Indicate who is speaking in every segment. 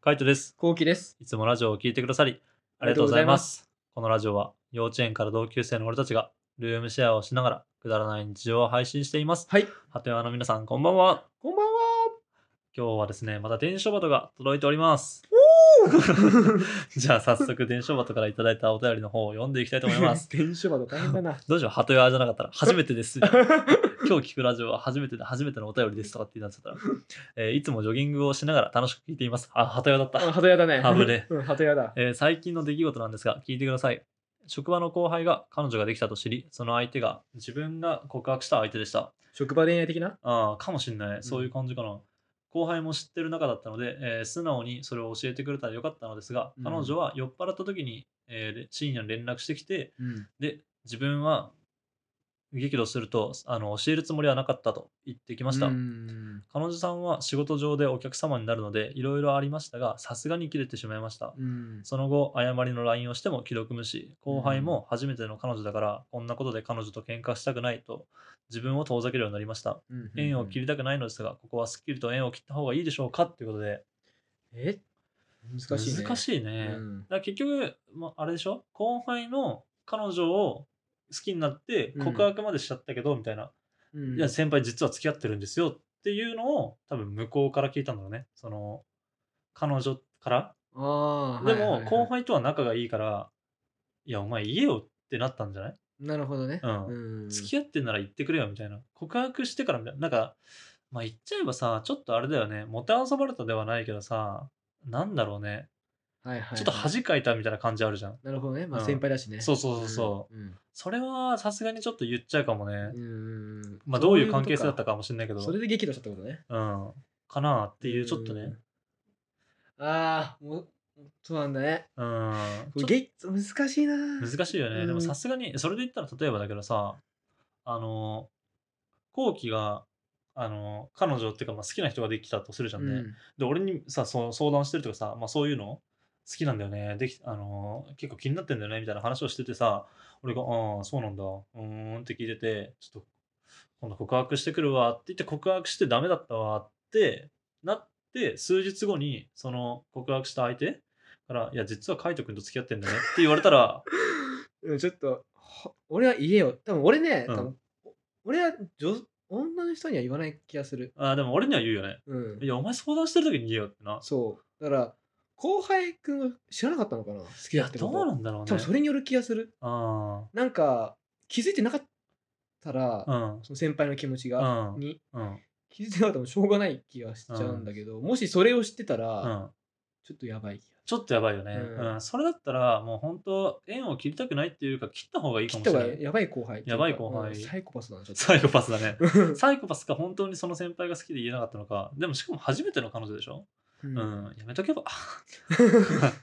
Speaker 1: カイトです。
Speaker 2: こうきです。
Speaker 1: いつもラジオを聞いてくださり、ありがとうございます。このラジオは、幼稚園から同級生の俺たちが、ルームシェアをしながら、くだらない日常を配信しています。
Speaker 2: はい。
Speaker 1: ハテワの皆さん、こんばんは。
Speaker 2: こんばん
Speaker 1: 今日はですね、また電書バトが届いております。 じゃあ、早速、電書バトからいただいたお便りの方を読んでいきたいと思いま
Speaker 2: は。。
Speaker 1: す
Speaker 2: 電書窓大変 だな。
Speaker 1: どうしよう、ハテワじゃなかったら、初めてです。今日聞くラジオは初めてで初めてのお便りですとかって言っちゃったら、えーいつもジョギングをしながら楽しく聞いています。あ、ハテワだった。
Speaker 2: あ鳩屋だね。
Speaker 1: あぶね
Speaker 2: うん、鳩屋だ。
Speaker 1: えー最近の出来事なんですが聞いてください職場の後輩が彼女ができたと知りその相手が自分が告白した相手でした
Speaker 2: 職場恋愛的な
Speaker 1: あーかもしんないそういう感じかな、後輩も知ってる中だったので、えー素直にそれを教えてくれたらよかったのですが
Speaker 2: うん
Speaker 1: 彼女は酔っ払った時に、えーれ深夜に連絡してきて
Speaker 2: うん。
Speaker 1: で自分は激怒するとあの教えるつもりはなかったと言ってきました、
Speaker 2: うん。
Speaker 1: 彼女さんは仕事上でお客様になるのでいろいろありましたがさすがに切れてしまいました
Speaker 2: うん。
Speaker 1: その後、誤りの LINE をしても既読無視。後輩も初めての彼女だから、こんなことで彼女と喧嘩したくないと、自分を遠ざけるようになりました。
Speaker 2: うん
Speaker 1: 縁を切りたくないのですが、ここはすっきりと縁を切った方がいいでしょうかということで、
Speaker 2: え難しいね。
Speaker 1: 難しいね。
Speaker 2: う
Speaker 1: だ
Speaker 2: ん
Speaker 1: から結局、まあ、あれでしょ後輩の彼女を好きになって
Speaker 2: うん
Speaker 1: 告白までしちゃったけど、みたいな。
Speaker 2: うん
Speaker 1: いや、先輩実は付き合ってるんですよっていうのを、多分向こうから聞いたんだろうね。その、彼女から
Speaker 2: ああ。
Speaker 1: で
Speaker 2: はい
Speaker 1: も
Speaker 2: はいはい
Speaker 1: 後輩とは仲がいいから、いや、お前言えよってなったんじゃない、
Speaker 2: なるほどね。
Speaker 1: うん
Speaker 2: うん。
Speaker 1: 付き合ってんなら言ってくれよみたいな。告白してからみたいな。なんか、まあ言っちゃえばさ、ちょっとあれだよね、もてあそばれたではないけどさ、なんだろうね、
Speaker 2: はいはいはい。
Speaker 1: ちょっと恥かいたみたいな感じあるじゃん。
Speaker 2: なるほどね。まあ
Speaker 1: うん
Speaker 2: 先輩だしね。。
Speaker 1: そうそうそうそう
Speaker 2: うん。
Speaker 1: それはさすがにちょっと言っちゃうかもね。
Speaker 2: うんうん
Speaker 1: まあどういう関係性だった
Speaker 2: か。
Speaker 1: かもしれないけど、
Speaker 2: それで激怒しちゃったことね。
Speaker 1: うん。かなっていう、ちょっとね。
Speaker 2: うん。ああ、もう、そうなんだね。
Speaker 1: うん。
Speaker 2: これゲイ難しいな。
Speaker 1: 難しいよね、
Speaker 2: うん
Speaker 1: でもさすがにそれで言ったら例えばだけどさあの後期があの彼女っていうか、まあ、好きな人ができたとするじゃんね、
Speaker 2: うん
Speaker 1: で俺にさそう相談してるとかさ、まあ、そういうの好きなんだよねできあの結構気になってんだよねみたいな話をしててさ俺が「ああそうなんだうーん」って聞いててちょっと今度告白してくるわって言って告白してダメだったわってなって数日後にその告白した相手から「いや実は海斗君と付き合ってんだね」って言われたら
Speaker 2: うん、ちょっと、ほ俺は言えよ。多分俺ね、
Speaker 1: うん
Speaker 2: 多分お俺は女女の人には言わない気がする。
Speaker 1: あーでも俺には言うよね。
Speaker 2: うん
Speaker 1: い。や、お前相談してる時に言えよってな。
Speaker 2: そう。だから、後輩くんは知らなかったのかな好きだって
Speaker 1: ど
Speaker 2: こと。
Speaker 1: うなんだろう
Speaker 2: 多
Speaker 1: ね
Speaker 2: 分。それによる気がする。
Speaker 1: あ
Speaker 2: なんか、気づいてなかったら、
Speaker 1: あ。うん。
Speaker 2: その先輩の気持ちが、
Speaker 1: うん。
Speaker 2: に
Speaker 1: うん。
Speaker 2: 気づいてなかったらしょうがない気がしちゃうんだけど、もしそれを知ってたら、
Speaker 1: うん。
Speaker 2: ちょっとやばい気が
Speaker 1: ちょっとやばいよね。
Speaker 2: う
Speaker 1: うんん。それだったら、もう本当、縁を切りたくないっていうか、切った方がいいか
Speaker 2: 切っ
Speaker 1: も
Speaker 2: た
Speaker 1: し
Speaker 2: 方
Speaker 1: れ
Speaker 2: が
Speaker 1: ない。
Speaker 2: やばい後輩ってうか。
Speaker 1: やばい後輩
Speaker 2: うんサイコパスだな、ちょっと。。
Speaker 1: サイコパスだね
Speaker 2: うん
Speaker 1: サイコパスか、本当にその先輩が好きで言えなかったのか。でも、しかも初めての彼女でしょうん。やめとけば。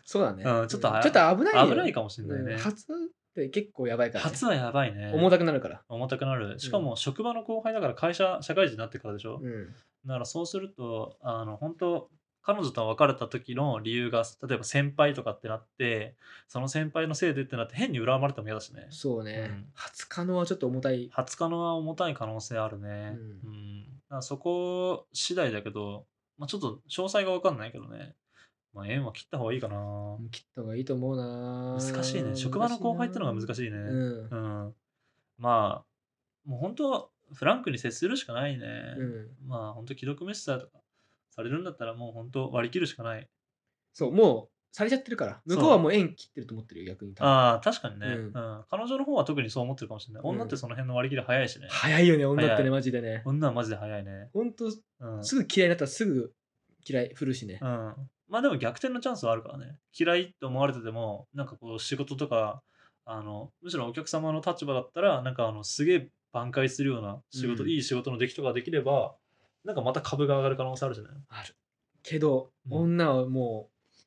Speaker 2: そうだね。
Speaker 1: うんちょっと
Speaker 2: ちょっと危ないよ
Speaker 1: 危ないかもしれないね
Speaker 2: うん。初って結構やばいから、ね。
Speaker 1: 初はやばいね。
Speaker 2: 重たくなるから。
Speaker 1: 重たくなる。しかも、職場の後輩だから、会社、社会人になってからでしょ
Speaker 2: うん。
Speaker 1: だからそうするとあの本当彼女と別れた時の理由が例えば先輩とかってなってその先輩のせいでってなって変に恨まれても嫌だしね
Speaker 2: そうね。
Speaker 1: うん
Speaker 2: 初可能はちょっと重たい。
Speaker 1: 初可能は重たい可能性あるね
Speaker 2: う
Speaker 1: うんん、だからそこ次第だけど、まあ、ちょっと詳細が分かんないけどね、まあ、縁は切った方がいいかな
Speaker 2: 切った方がいいと思うな。
Speaker 1: 難しいね職場の後輩ってのが難
Speaker 2: し
Speaker 1: しいね
Speaker 2: いな。うん
Speaker 1: う。ん、まあもう本当フランクに接するしかないね、
Speaker 2: うん。
Speaker 1: まあ本当既読無視さされるんだったらもう本当割り切るしかない。
Speaker 2: そう、もうされちゃってるから。向こうはもう縁切ってると思ってるよ、逆に。
Speaker 1: ああ確かにね、
Speaker 2: う
Speaker 1: うんん彼女の方は特にそう思ってるかもしれない。
Speaker 2: うん
Speaker 1: 女ってその辺の割り切り早いしね。
Speaker 2: 早いよね、女って
Speaker 1: 早
Speaker 2: ね、
Speaker 1: い
Speaker 2: マジでね。
Speaker 1: 女はマジで早いね。
Speaker 2: ほんと、
Speaker 1: うん。
Speaker 2: すぐ嫌いになったらすぐ嫌い、振るしね。
Speaker 1: うん、まあでも逆転のチャンスはあるからね。嫌いと思われててもなんかこう仕事とかあのむしろお客様の立場だったらなんかあのすげえ挽回するような仕事、
Speaker 2: うん
Speaker 1: いい仕事の出来とかできればなんかまた株が上がる可能性あるじゃない
Speaker 2: ある。けど、
Speaker 1: うん
Speaker 2: 女はもう、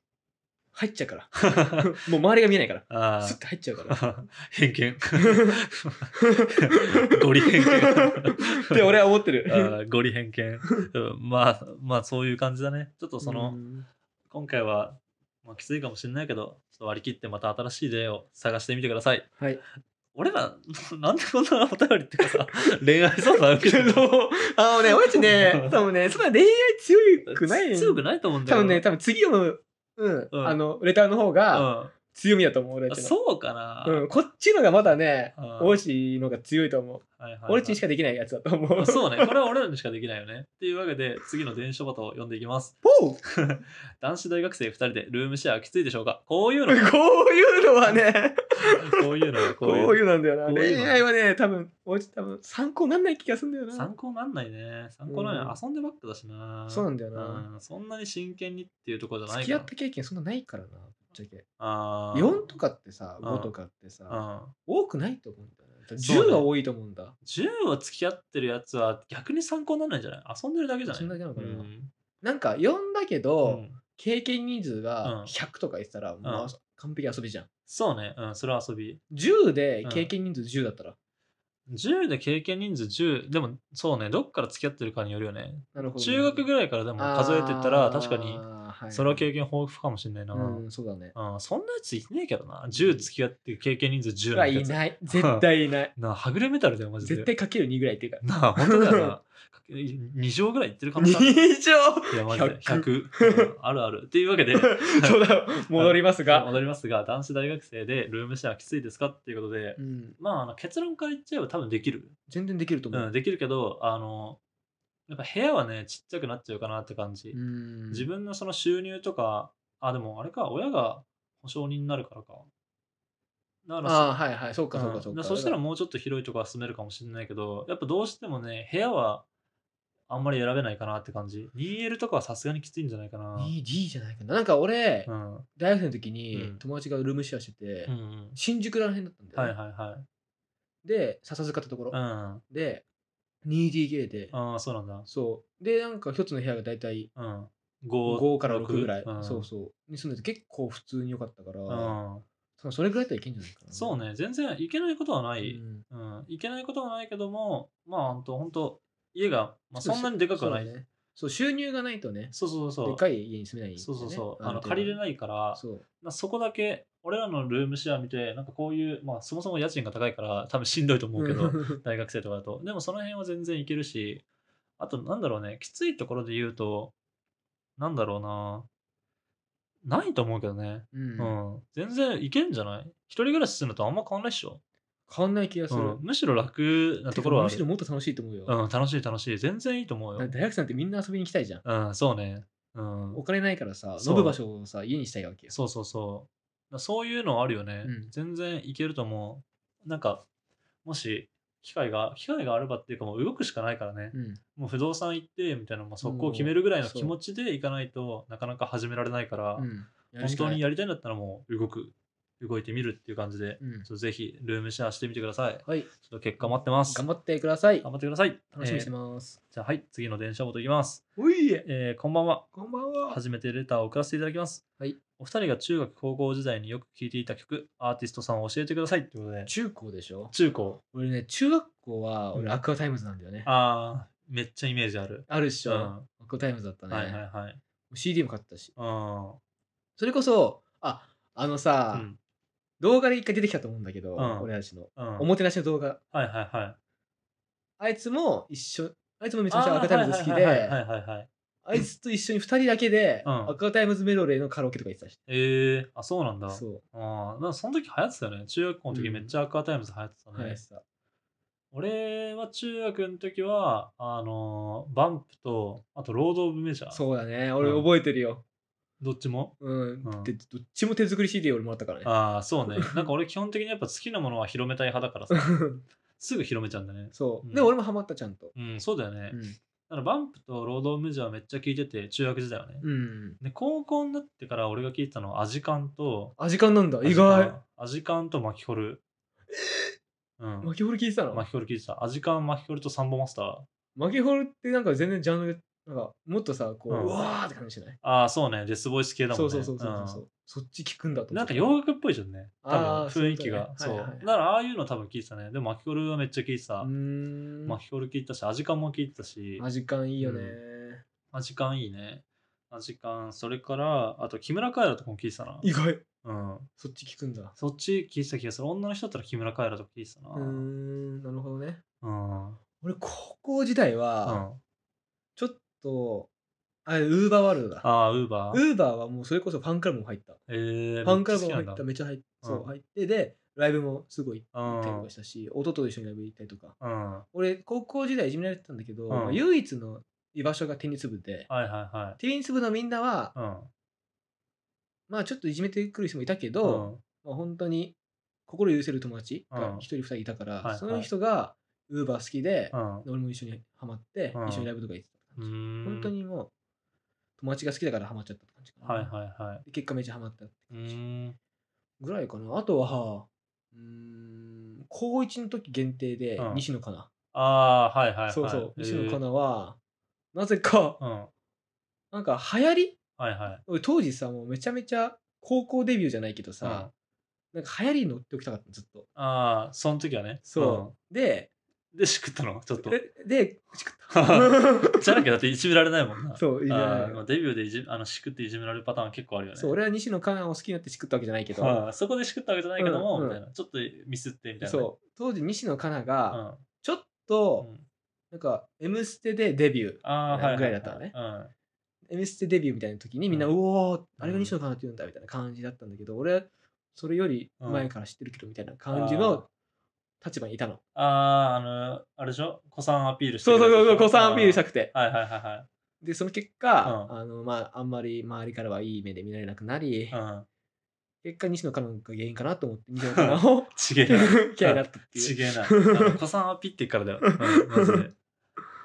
Speaker 2: 入っちゃ うから。 もう周りが見えないから。
Speaker 1: あー
Speaker 2: スッと入っちゃうから。
Speaker 1: 偏 見 ゴリ偏見
Speaker 2: って俺は思って
Speaker 1: あ
Speaker 2: る。
Speaker 1: ーゴリ偏見うんまあまあそういう感じだねちょっとその、
Speaker 2: うん
Speaker 1: 今回は、まあ、きついかもしれないけどちょっと割り切ってまた新しい例を探してみてください
Speaker 2: はい。
Speaker 1: 俺ら なんでこんなお便りっていう かさ恋愛相談受
Speaker 2: け
Speaker 1: けてる
Speaker 2: ど、あのね、俺たちね、多分ね、そんな恋愛強くない
Speaker 1: 強くないと思うんだ
Speaker 2: 多
Speaker 1: よ
Speaker 2: 分ね、多分次読むうん、
Speaker 1: うん
Speaker 2: あの、レターの方が強みだと思う、
Speaker 1: う
Speaker 2: 俺
Speaker 1: ん、
Speaker 2: たちの。
Speaker 1: そうかな、
Speaker 2: うん、こっちのがまだね、
Speaker 1: うん
Speaker 2: オーチのが強いと思う。
Speaker 1: はいはいはい
Speaker 2: 俺たちにしかできないやつだと思う。
Speaker 1: あそうね、これは俺らにしかできないよね。っていうわけで、次の電子バトを読んでいきます。
Speaker 2: ほう
Speaker 1: 男子大学生2人でルームシェアきついでしょうかこういうの、
Speaker 2: こういうのはね、
Speaker 1: こういうの、こ
Speaker 2: こう
Speaker 1: ういう
Speaker 2: いうなんだよな。
Speaker 1: こういうの
Speaker 2: 恋愛はね、多分、おうち多分参考になんない気がするんだよ
Speaker 1: の。
Speaker 2: な
Speaker 1: 参。考になんないね。参考になんない、
Speaker 2: うん
Speaker 1: 遊んでばっかだしな。
Speaker 2: そうなんだよな。
Speaker 1: うんそんなに真剣にっていうところじゃな
Speaker 2: 付
Speaker 1: い
Speaker 2: き
Speaker 1: か
Speaker 2: 合
Speaker 1: ら
Speaker 2: った経験そんなないからな、ぶっちゃけ。
Speaker 1: あー
Speaker 2: 4とかってさ、
Speaker 1: うん
Speaker 2: 5とかって
Speaker 1: う
Speaker 2: さ、
Speaker 1: ん、
Speaker 2: 多くないと思うんだよな。
Speaker 1: そうね
Speaker 2: 10は多いと思うんだ。
Speaker 1: 10を付き合ってるやつは逆に参考にならないんじゃない遊んでるだけじゃない
Speaker 2: 遊んでるだけなのかな
Speaker 1: うん
Speaker 2: なんか4だけ
Speaker 1: う
Speaker 2: ど、
Speaker 1: ん
Speaker 2: 経験人数
Speaker 1: うん
Speaker 2: が100とか言ってたら、もうあ完璧遊びじゃん。
Speaker 1: そうね、うん、それは遊び。
Speaker 2: 10で経験人数10だったら。
Speaker 1: 10で経験人数10、でもそうね、どっから付き合ってるかによるよね。
Speaker 2: なるほどね。
Speaker 1: 中学ぐらいからでも数えてったら確かに
Speaker 2: に
Speaker 1: それは経験豊富かもしれないな、
Speaker 2: うん、そうだね。
Speaker 1: うんそんなやついねえけどな10付き合って経験人数10
Speaker 2: う
Speaker 1: な
Speaker 2: わ
Speaker 1: んて
Speaker 2: い
Speaker 1: やつ
Speaker 2: ない。絶対いない。
Speaker 1: なあはぐれメタルだ よマジで
Speaker 2: 絶対かける2ぐらいっていうか。
Speaker 1: なあ本当だよな2畳ぐらいいってるかもない
Speaker 2: 2乗
Speaker 1: やマジ で100
Speaker 2: 100、
Speaker 1: うんあるあるっていうわ けで
Speaker 2: そうだ、戻りますが。
Speaker 1: 戻りますが男子大学生でルームシェアきついですかっていうことで、
Speaker 2: うん、
Speaker 1: まああの結論から言っちゃえば多分できる、
Speaker 2: 全然できると思
Speaker 1: うん、
Speaker 2: う。
Speaker 1: できるけどあのやっぱ部屋はねちっちゃくなっちゃうかなって感じ、
Speaker 2: うん
Speaker 1: 自分のその収入とか、あ、でもあれか、親が保証人になるからか。だから
Speaker 2: ああ、はいはい、そうか、
Speaker 1: そ
Speaker 2: そう
Speaker 1: うん
Speaker 2: か、そ
Speaker 1: だ
Speaker 2: うか。
Speaker 1: からそしたらもうちょっと広いとこは住めるかもしれないけど、やっぱどうしてもね、部屋はあんまり選べないかなって感じ。2L とかはさすがにきついんじゃないかな。
Speaker 2: いい、いいじゃないかな。なんか俺、
Speaker 1: うん。うん
Speaker 2: 大学生の時
Speaker 1: う
Speaker 2: に
Speaker 1: ん
Speaker 2: 友達がルームシェアしてて、
Speaker 1: うん。
Speaker 2: 新宿ら辺だったんだよ
Speaker 1: はい
Speaker 2: ね、
Speaker 1: はいはい。
Speaker 2: で、笹塚ってところ、
Speaker 1: うん。
Speaker 2: で、2DK で、
Speaker 1: ああ、そうなんだ。
Speaker 2: そう。で、なんか一つの部屋が大体
Speaker 1: うん。
Speaker 2: 5から6ぐらい、
Speaker 1: うん、
Speaker 2: そうそう。に住んでて結構普通に良かったから、
Speaker 1: うん。
Speaker 2: そうそれぐらいだったらいけんじゃないかな。
Speaker 1: そうね、全然いけないことはない。
Speaker 2: うん
Speaker 1: うん、いけないことはないけども、まあ、ほんと、ほんと家が、まあ、そんなにでかくはない。
Speaker 2: そう,、ね、そう収入がないとね
Speaker 1: そうそうそう。
Speaker 2: でかい家に住めないんだよ
Speaker 1: そう
Speaker 2: ね、
Speaker 1: そうそう。あの
Speaker 2: る程度
Speaker 1: 借りれないから、
Speaker 2: そう
Speaker 1: まあそこだけ、俺らのルームシェア見て、なんかこういう、まあ、そもそも家賃が高いから、多分しんどいと思うけ ど、大学生とかだと。でも、その辺は全然いけるし、あと、なんだろうね、きついところで言うと、なんだろうな、ないと思うけどね。
Speaker 2: うん
Speaker 1: うん、全然いけんじゃない一人暮らしするのとあんま変わんないっしょ。
Speaker 2: 変わんない気がす
Speaker 1: う
Speaker 2: る、
Speaker 1: ん、むしろ楽なところはあ
Speaker 2: てかむしろ
Speaker 1: る。
Speaker 2: もっと楽しいと思うよ、
Speaker 1: うん、楽しい楽しい。全然いいと思う
Speaker 2: だ
Speaker 1: よ
Speaker 2: って。大学生なんてみんな遊びに行きたいじゃん
Speaker 1: うん、そうね。うん
Speaker 2: お。金ないからさ
Speaker 1: そう
Speaker 2: 飲む場所をさ家にしたいわけよ
Speaker 1: そうそうそう。だそういうのあるよね。
Speaker 2: うん
Speaker 1: 全然いけると思う。なんか、もし、機会が、機会があればっていうか、もう動くしかないからね。
Speaker 2: うん、
Speaker 1: もう不動産行って、みたいな、もう速攻決めるぐらいの気持ちで行かないとなかなか始められないから、
Speaker 2: うん、やる
Speaker 1: 本
Speaker 2: し
Speaker 1: 当
Speaker 2: かない
Speaker 1: にやりたいんだったらもう動く、動いてみるっていう感じで、
Speaker 2: うん
Speaker 1: ちょっとぜひルームシェアしてみてください。ちょ
Speaker 2: はい
Speaker 1: っと結果待ってます。
Speaker 2: 頑
Speaker 1: 頑
Speaker 2: 張ってください
Speaker 1: 張ってください。
Speaker 2: 楽しみにして
Speaker 1: え
Speaker 2: ます、
Speaker 1: ーじゃあ、はい、次の電車ボトいきます。
Speaker 2: おいえ
Speaker 1: えーこんばんは。
Speaker 2: こんばんは
Speaker 1: 初めてレターを送らせていただきます。
Speaker 2: はい
Speaker 1: お二人が中学高校時代によく聴いていた曲、アーティストさんを教えてくださいってことで、
Speaker 2: 中高でしょ
Speaker 1: 中高。
Speaker 2: 俺ね中学校は
Speaker 1: うん
Speaker 2: 俺アクアタイムズなんだよね、あ
Speaker 1: ああ、めっちゃイメージある。
Speaker 2: るっしょ、
Speaker 1: うん
Speaker 2: アクアタイムズだったね、
Speaker 1: はいはいはい。
Speaker 2: CD も買ったし
Speaker 1: うん。
Speaker 2: それこそああの
Speaker 1: う
Speaker 2: さ、
Speaker 1: ん。
Speaker 2: 動画で一回出てきたと思うんだけど、
Speaker 1: うん
Speaker 2: 俺たちの、
Speaker 1: うん
Speaker 2: おもてなしの動画
Speaker 1: はいはいはい。
Speaker 2: あいつも一緒あいつもめ
Speaker 1: め
Speaker 2: ちゃめちゃアクアタイムズ好き
Speaker 1: はいはい
Speaker 2: で
Speaker 1: はいはい。
Speaker 2: あいつと一緒に2人だけで、
Speaker 1: うん
Speaker 2: アクアタイムズメロディーのカラオケとか行ってたし、
Speaker 1: えー、あ、そうなんだ。
Speaker 2: そ
Speaker 1: ああ、なんかその時流行ってたよね。中学校の時
Speaker 2: うん
Speaker 1: めっちゃアクアタイムズ流行ってた
Speaker 2: う、
Speaker 1: ね。
Speaker 2: はい、さ
Speaker 1: 俺は中学の時は、あのーバンプと、あとロード・オブ・メジャー。
Speaker 2: そうだね俺
Speaker 1: うん
Speaker 2: 覚えてるよ、
Speaker 1: どっちも
Speaker 2: うん
Speaker 1: うん
Speaker 2: でどっちも手作り CD 俺もらったからね
Speaker 1: ああ、そうね。 なんか俺基本的にやっぱ好きなものは広めたい派だからさ。すぐ広めちゃうんだね。
Speaker 2: そう、
Speaker 1: うん
Speaker 2: で俺もハマったちゃんと
Speaker 1: うん、そうだよね。
Speaker 2: う
Speaker 1: だから
Speaker 2: ん、
Speaker 1: バンプとロード・オブ・メジャーはめっちゃ聞いてて、中学時代はね。
Speaker 2: うん、
Speaker 1: で、高校になってから俺が聞いてたのはアジカンと、
Speaker 2: あ時間なんだ意外。
Speaker 1: アジカンとマキホル。うん
Speaker 2: マ。キホル聞いてたの
Speaker 1: マキホル聞いてた。アジカン、マキホルとサンボマスター。
Speaker 2: マキホルってなんか全然ジャンルでなんかもっとさこう、
Speaker 1: う
Speaker 2: うんわーって感じしない
Speaker 1: ああ、そうね。デスボイス系だもん
Speaker 2: そ
Speaker 1: ね。
Speaker 2: うそうそうそうそう、
Speaker 1: ん
Speaker 2: そっち聞くんだと思
Speaker 1: な
Speaker 2: っ
Speaker 1: んか
Speaker 2: て
Speaker 1: 洋楽っぽいじゃんね。多分
Speaker 2: あー
Speaker 1: 雰囲気が。
Speaker 2: そ
Speaker 1: そう。
Speaker 2: いううこ
Speaker 1: だ
Speaker 2: とねはいはいはい
Speaker 1: からああいうの多分聞いてたね。でも、マキホルはめっちゃ聞いてた
Speaker 2: う。ーん
Speaker 1: マキホル聞いてたし、アジカンも聞いてたし、
Speaker 2: マジカンいいよね、
Speaker 1: アジカンいいね。アジカン、それから、あと木村カエラとかも聞いてたな。
Speaker 2: 意外
Speaker 1: うん。
Speaker 2: そっち聞くんだ
Speaker 1: そっち聞いてた気がする。女の人だったら木村カエラとか聞いてたな。
Speaker 2: うーんなるほどね
Speaker 1: うん。うん。
Speaker 2: 俺高校時代は
Speaker 1: あ
Speaker 2: ちょっと、あ、ウーバーワールドだ。
Speaker 1: ああ、ウーバー。
Speaker 2: ウーバーはもうそれこそファンクラブも入った。
Speaker 1: えー、
Speaker 2: ファンクラブも
Speaker 1: め
Speaker 2: 入
Speaker 1: っちゃ好き
Speaker 2: った、
Speaker 1: なん
Speaker 2: めっちゃ入っ
Speaker 1: うん
Speaker 2: そう入って、で、ライブもすごい行ったりと
Speaker 1: うん
Speaker 2: かしたし、弟と一緒にライブ行ったりとか。
Speaker 1: だ。うん。
Speaker 2: 俺、高校時代いじめられてたんだけど、
Speaker 1: ん
Speaker 2: まあ唯一の居場所がテニス部で、
Speaker 1: はいはいはい。
Speaker 2: テニス部のみんなは、
Speaker 1: うん。
Speaker 2: まあちょっといじめてくる人もいたけ
Speaker 1: う
Speaker 2: ど、
Speaker 1: ん。
Speaker 2: まあ、本当に心許せる友達
Speaker 1: う
Speaker 2: が
Speaker 1: ん
Speaker 2: 一人二人いたから、
Speaker 1: いはい
Speaker 2: その人がウーバー好きで、
Speaker 1: うん。
Speaker 2: 俺も一緒にハマって、
Speaker 1: うん
Speaker 2: 一緒にライブとか行ってた
Speaker 1: う
Speaker 2: 感じ、
Speaker 1: ーん
Speaker 2: 本当。にもう友達が好きだからハマっちゃった感じかな、
Speaker 1: はいはいはい。
Speaker 2: で結果めっちゃハマったって
Speaker 1: う
Speaker 2: 感じ
Speaker 1: ーん。
Speaker 2: ぐらいかなあとはうーん高1の時限定で
Speaker 1: うん
Speaker 2: 西野カナ、
Speaker 1: ああー、はいはいはい。
Speaker 2: そうそう、
Speaker 1: えー
Speaker 2: 西野カナはなぜか
Speaker 1: うん。は
Speaker 2: なんか流行り
Speaker 1: いはい。
Speaker 2: 俺当時さもうめちゃめちゃ高校デビューじゃないけどさ、なんか流行りに乗っておきたかったずっと
Speaker 1: ああ、その時はね。
Speaker 2: そう、で
Speaker 1: うん。で、しくったのちょっと。
Speaker 2: えで、しくっ た。
Speaker 1: じゃなきゃだっていじめられないもんな。
Speaker 2: そう、いいね
Speaker 1: あーまあデビューでいじあのしくっていじめられるパターン結構あるよね。
Speaker 2: そう、俺は西野カナを好きになってしくったわけじゃないけど、
Speaker 1: はいそこでしくったわけじゃないけども、
Speaker 2: うんうん
Speaker 1: みたいな。ちょっとミスってみたいなね。
Speaker 2: そう、当時西野カナが、
Speaker 1: ん。
Speaker 2: ちょっ
Speaker 1: う
Speaker 2: と、
Speaker 1: ん。
Speaker 2: なんか、M ステでデビュー、
Speaker 1: ああ、はいはいはい。
Speaker 2: ぐらいだったのね
Speaker 1: うん。
Speaker 2: M ステデビューみたいな時にみんな、
Speaker 1: う
Speaker 2: うんおー、あれが西野カナって言うんだみたいな感じだったんだけど、俺はそれより前から知ってるけどみたいな感じ
Speaker 1: うん
Speaker 2: の立場にいたの。
Speaker 1: ああ、あの、あれでしょ子さんアピールして
Speaker 2: そうそうそうそう、子さんアピールしたたくて。
Speaker 1: はいはいはいはい。
Speaker 2: で、その結果、
Speaker 1: う
Speaker 2: あの、まあ、あんまり周りからはいい目で見られなくなり、
Speaker 1: うん。
Speaker 2: 結果西野カナが原因かなと思って、西野カナを
Speaker 1: ちげえな。
Speaker 2: 嫌いだったっていう
Speaker 1: ち。げえな。あの子さんアピってからだよ。うん、マジで。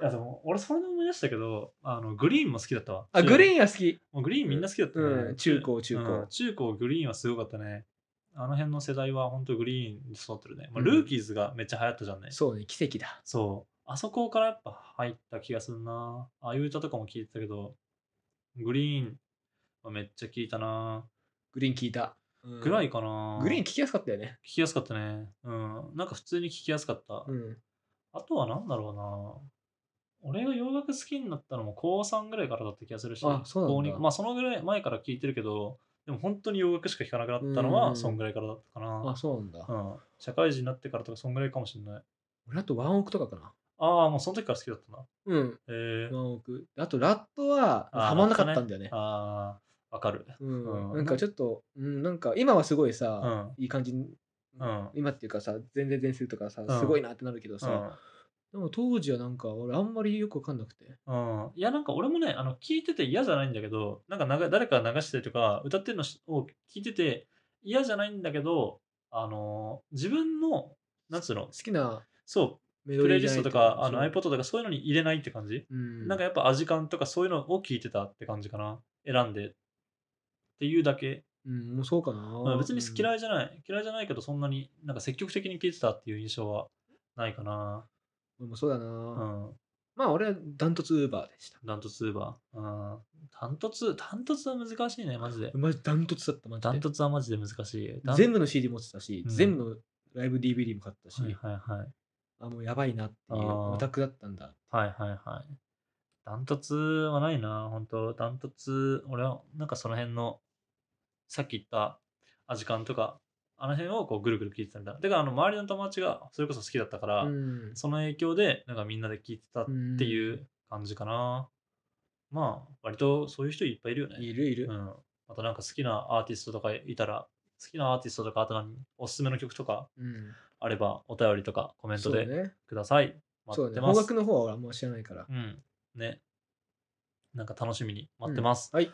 Speaker 1: いやでも俺それで思い出したけどあのグリーンも好きだったわ
Speaker 2: あ、グリ
Speaker 1: ン
Speaker 2: ーンは好き。
Speaker 1: もうグリーンみんな好きだったね、
Speaker 2: うん、中高、中高。
Speaker 1: うん中高グリーンはすごかったねあの辺の世代は本当グリーンに育ってるね、まあ、
Speaker 2: うん
Speaker 1: ルーキーズがめっちゃ流行ったじゃんね、
Speaker 2: そうね、奇跡だ。
Speaker 1: そうあそこからやっぱ入った気がするなああいう歌とかも聞いてたけどグリーンはめっちゃ聞いたな
Speaker 2: グリーン聞いた。
Speaker 1: ぐらい
Speaker 2: か、
Speaker 1: かな、
Speaker 2: グリーン
Speaker 1: 聞
Speaker 2: 聞きやすかったよね。
Speaker 1: きやすかったねうんなんか普通に聞きやすかった、
Speaker 2: うん。
Speaker 1: あとは何だろうな。俺が洋楽好きになったのも高3ぐらいからだった気がするし、
Speaker 2: あそうなんだ
Speaker 1: 高二まあそのぐらい前から聞いてるけど、でも本当に洋楽しか聴かなくなったの
Speaker 2: うんう
Speaker 1: は、
Speaker 2: ん
Speaker 1: そんぐらいからだったか
Speaker 2: あ、
Speaker 1: な。
Speaker 2: そうなんだ。
Speaker 1: うん。社会人になってからとか、そんぐらいかもしれない。
Speaker 2: 俺、あとワンオクとかかな。
Speaker 1: ああ、もうその時から好きだったな。
Speaker 2: うん、
Speaker 1: え
Speaker 2: ワンオク。あと、ラットは、
Speaker 1: あー
Speaker 2: はまんなかったんだよね
Speaker 1: ー、。ああ、わかる。
Speaker 2: うん
Speaker 1: うん
Speaker 2: なんかちょっと、うん、なんか今はすごいうさ、
Speaker 1: ん。
Speaker 2: いい感じに、
Speaker 1: うん
Speaker 2: 今っていうかさ、全然全数とかさ、
Speaker 1: うん
Speaker 2: すごいなってなるけど
Speaker 1: う
Speaker 2: さ、でも当時はなんか、俺あんまりよくわかんなくて。
Speaker 1: ん、うん、いやなんか俺もねあの聞いてて嫌じゃないんだけどなんか流誰かが流してるとか歌ってるのしを聞いてて嫌じゃないんだけどあのー自分のなんつうの
Speaker 2: 好きな
Speaker 1: そう
Speaker 2: メ
Speaker 1: プ
Speaker 2: ド
Speaker 1: レイ
Speaker 2: レー
Speaker 1: リ
Speaker 2: じゃ
Speaker 1: ス
Speaker 2: な
Speaker 1: ト
Speaker 2: い
Speaker 1: とかあの
Speaker 2: そう
Speaker 1: iPod とかそういうのに入れないって感じ、
Speaker 2: うん、
Speaker 1: なんかやっぱ味感とかそういうのを聞いてたって感じかな選んでっていうだけ、
Speaker 2: うん、もうそうかな。
Speaker 1: まあ別に嫌
Speaker 2: い。
Speaker 1: いじゃない、嫌いじゃないけどそんなになんか積極的に聞いてたっていう印象はないかな
Speaker 2: 俺もそうだな。
Speaker 1: うん
Speaker 2: まあ俺はダントツウーバーでした。
Speaker 1: ダントツウーバーうんダントツダントツは難しいねマジで
Speaker 2: マジダントツだった、マジで
Speaker 1: ダントツはマジで難しいダン
Speaker 2: 全部の CD 持ってたし、
Speaker 1: うん
Speaker 2: 全部のライブ DVD も買ったし、
Speaker 1: はいはいはい
Speaker 2: あ、もうやばいなってい
Speaker 1: あ
Speaker 2: う
Speaker 1: ー
Speaker 2: オタクだったんだ。
Speaker 1: はいはいはい。ダントツはないな、本当ダントツ、俺はなんかその辺の、さっき言ったアジカンとか、あの辺をこうぐるぐる聞いてたみたいな。だからあの周りの友達がそれこそ好きだったから、
Speaker 2: うん
Speaker 1: その影響でなんかみんなで聞いてたって
Speaker 2: う
Speaker 1: いう感じかな。まあ、割とそういう人いっぱいいるよね。
Speaker 2: ん。いるいる。
Speaker 1: うん。またなんか好きなアーティストとかいたら、好きなアーティストとか、あと何、おすすめの曲とか
Speaker 2: うん
Speaker 1: あれば、お便りとかコメント
Speaker 2: そう
Speaker 1: で
Speaker 2: ね。
Speaker 1: ください。待
Speaker 2: そう
Speaker 1: って
Speaker 2: ね。
Speaker 1: ま
Speaker 2: 方
Speaker 1: す。
Speaker 2: 角の方は俺あんま知らないから
Speaker 1: う。ん。ね。なんか楽しみに待ってます。
Speaker 2: はい。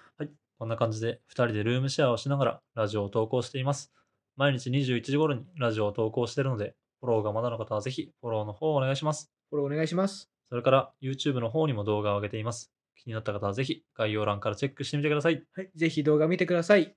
Speaker 1: こんな感じで2人でルームシェアをしながらラジオを投稿しています。毎日21時頃にラジオを投稿しているので、フォローがまだの方はぜひフォローの方をお願いします。
Speaker 2: これお願いします。
Speaker 1: それから YouTube の方にも動画を上げています。気になった方はぜひ概要欄からチェックしてみてください。
Speaker 2: はい。ぜひ動画見てください。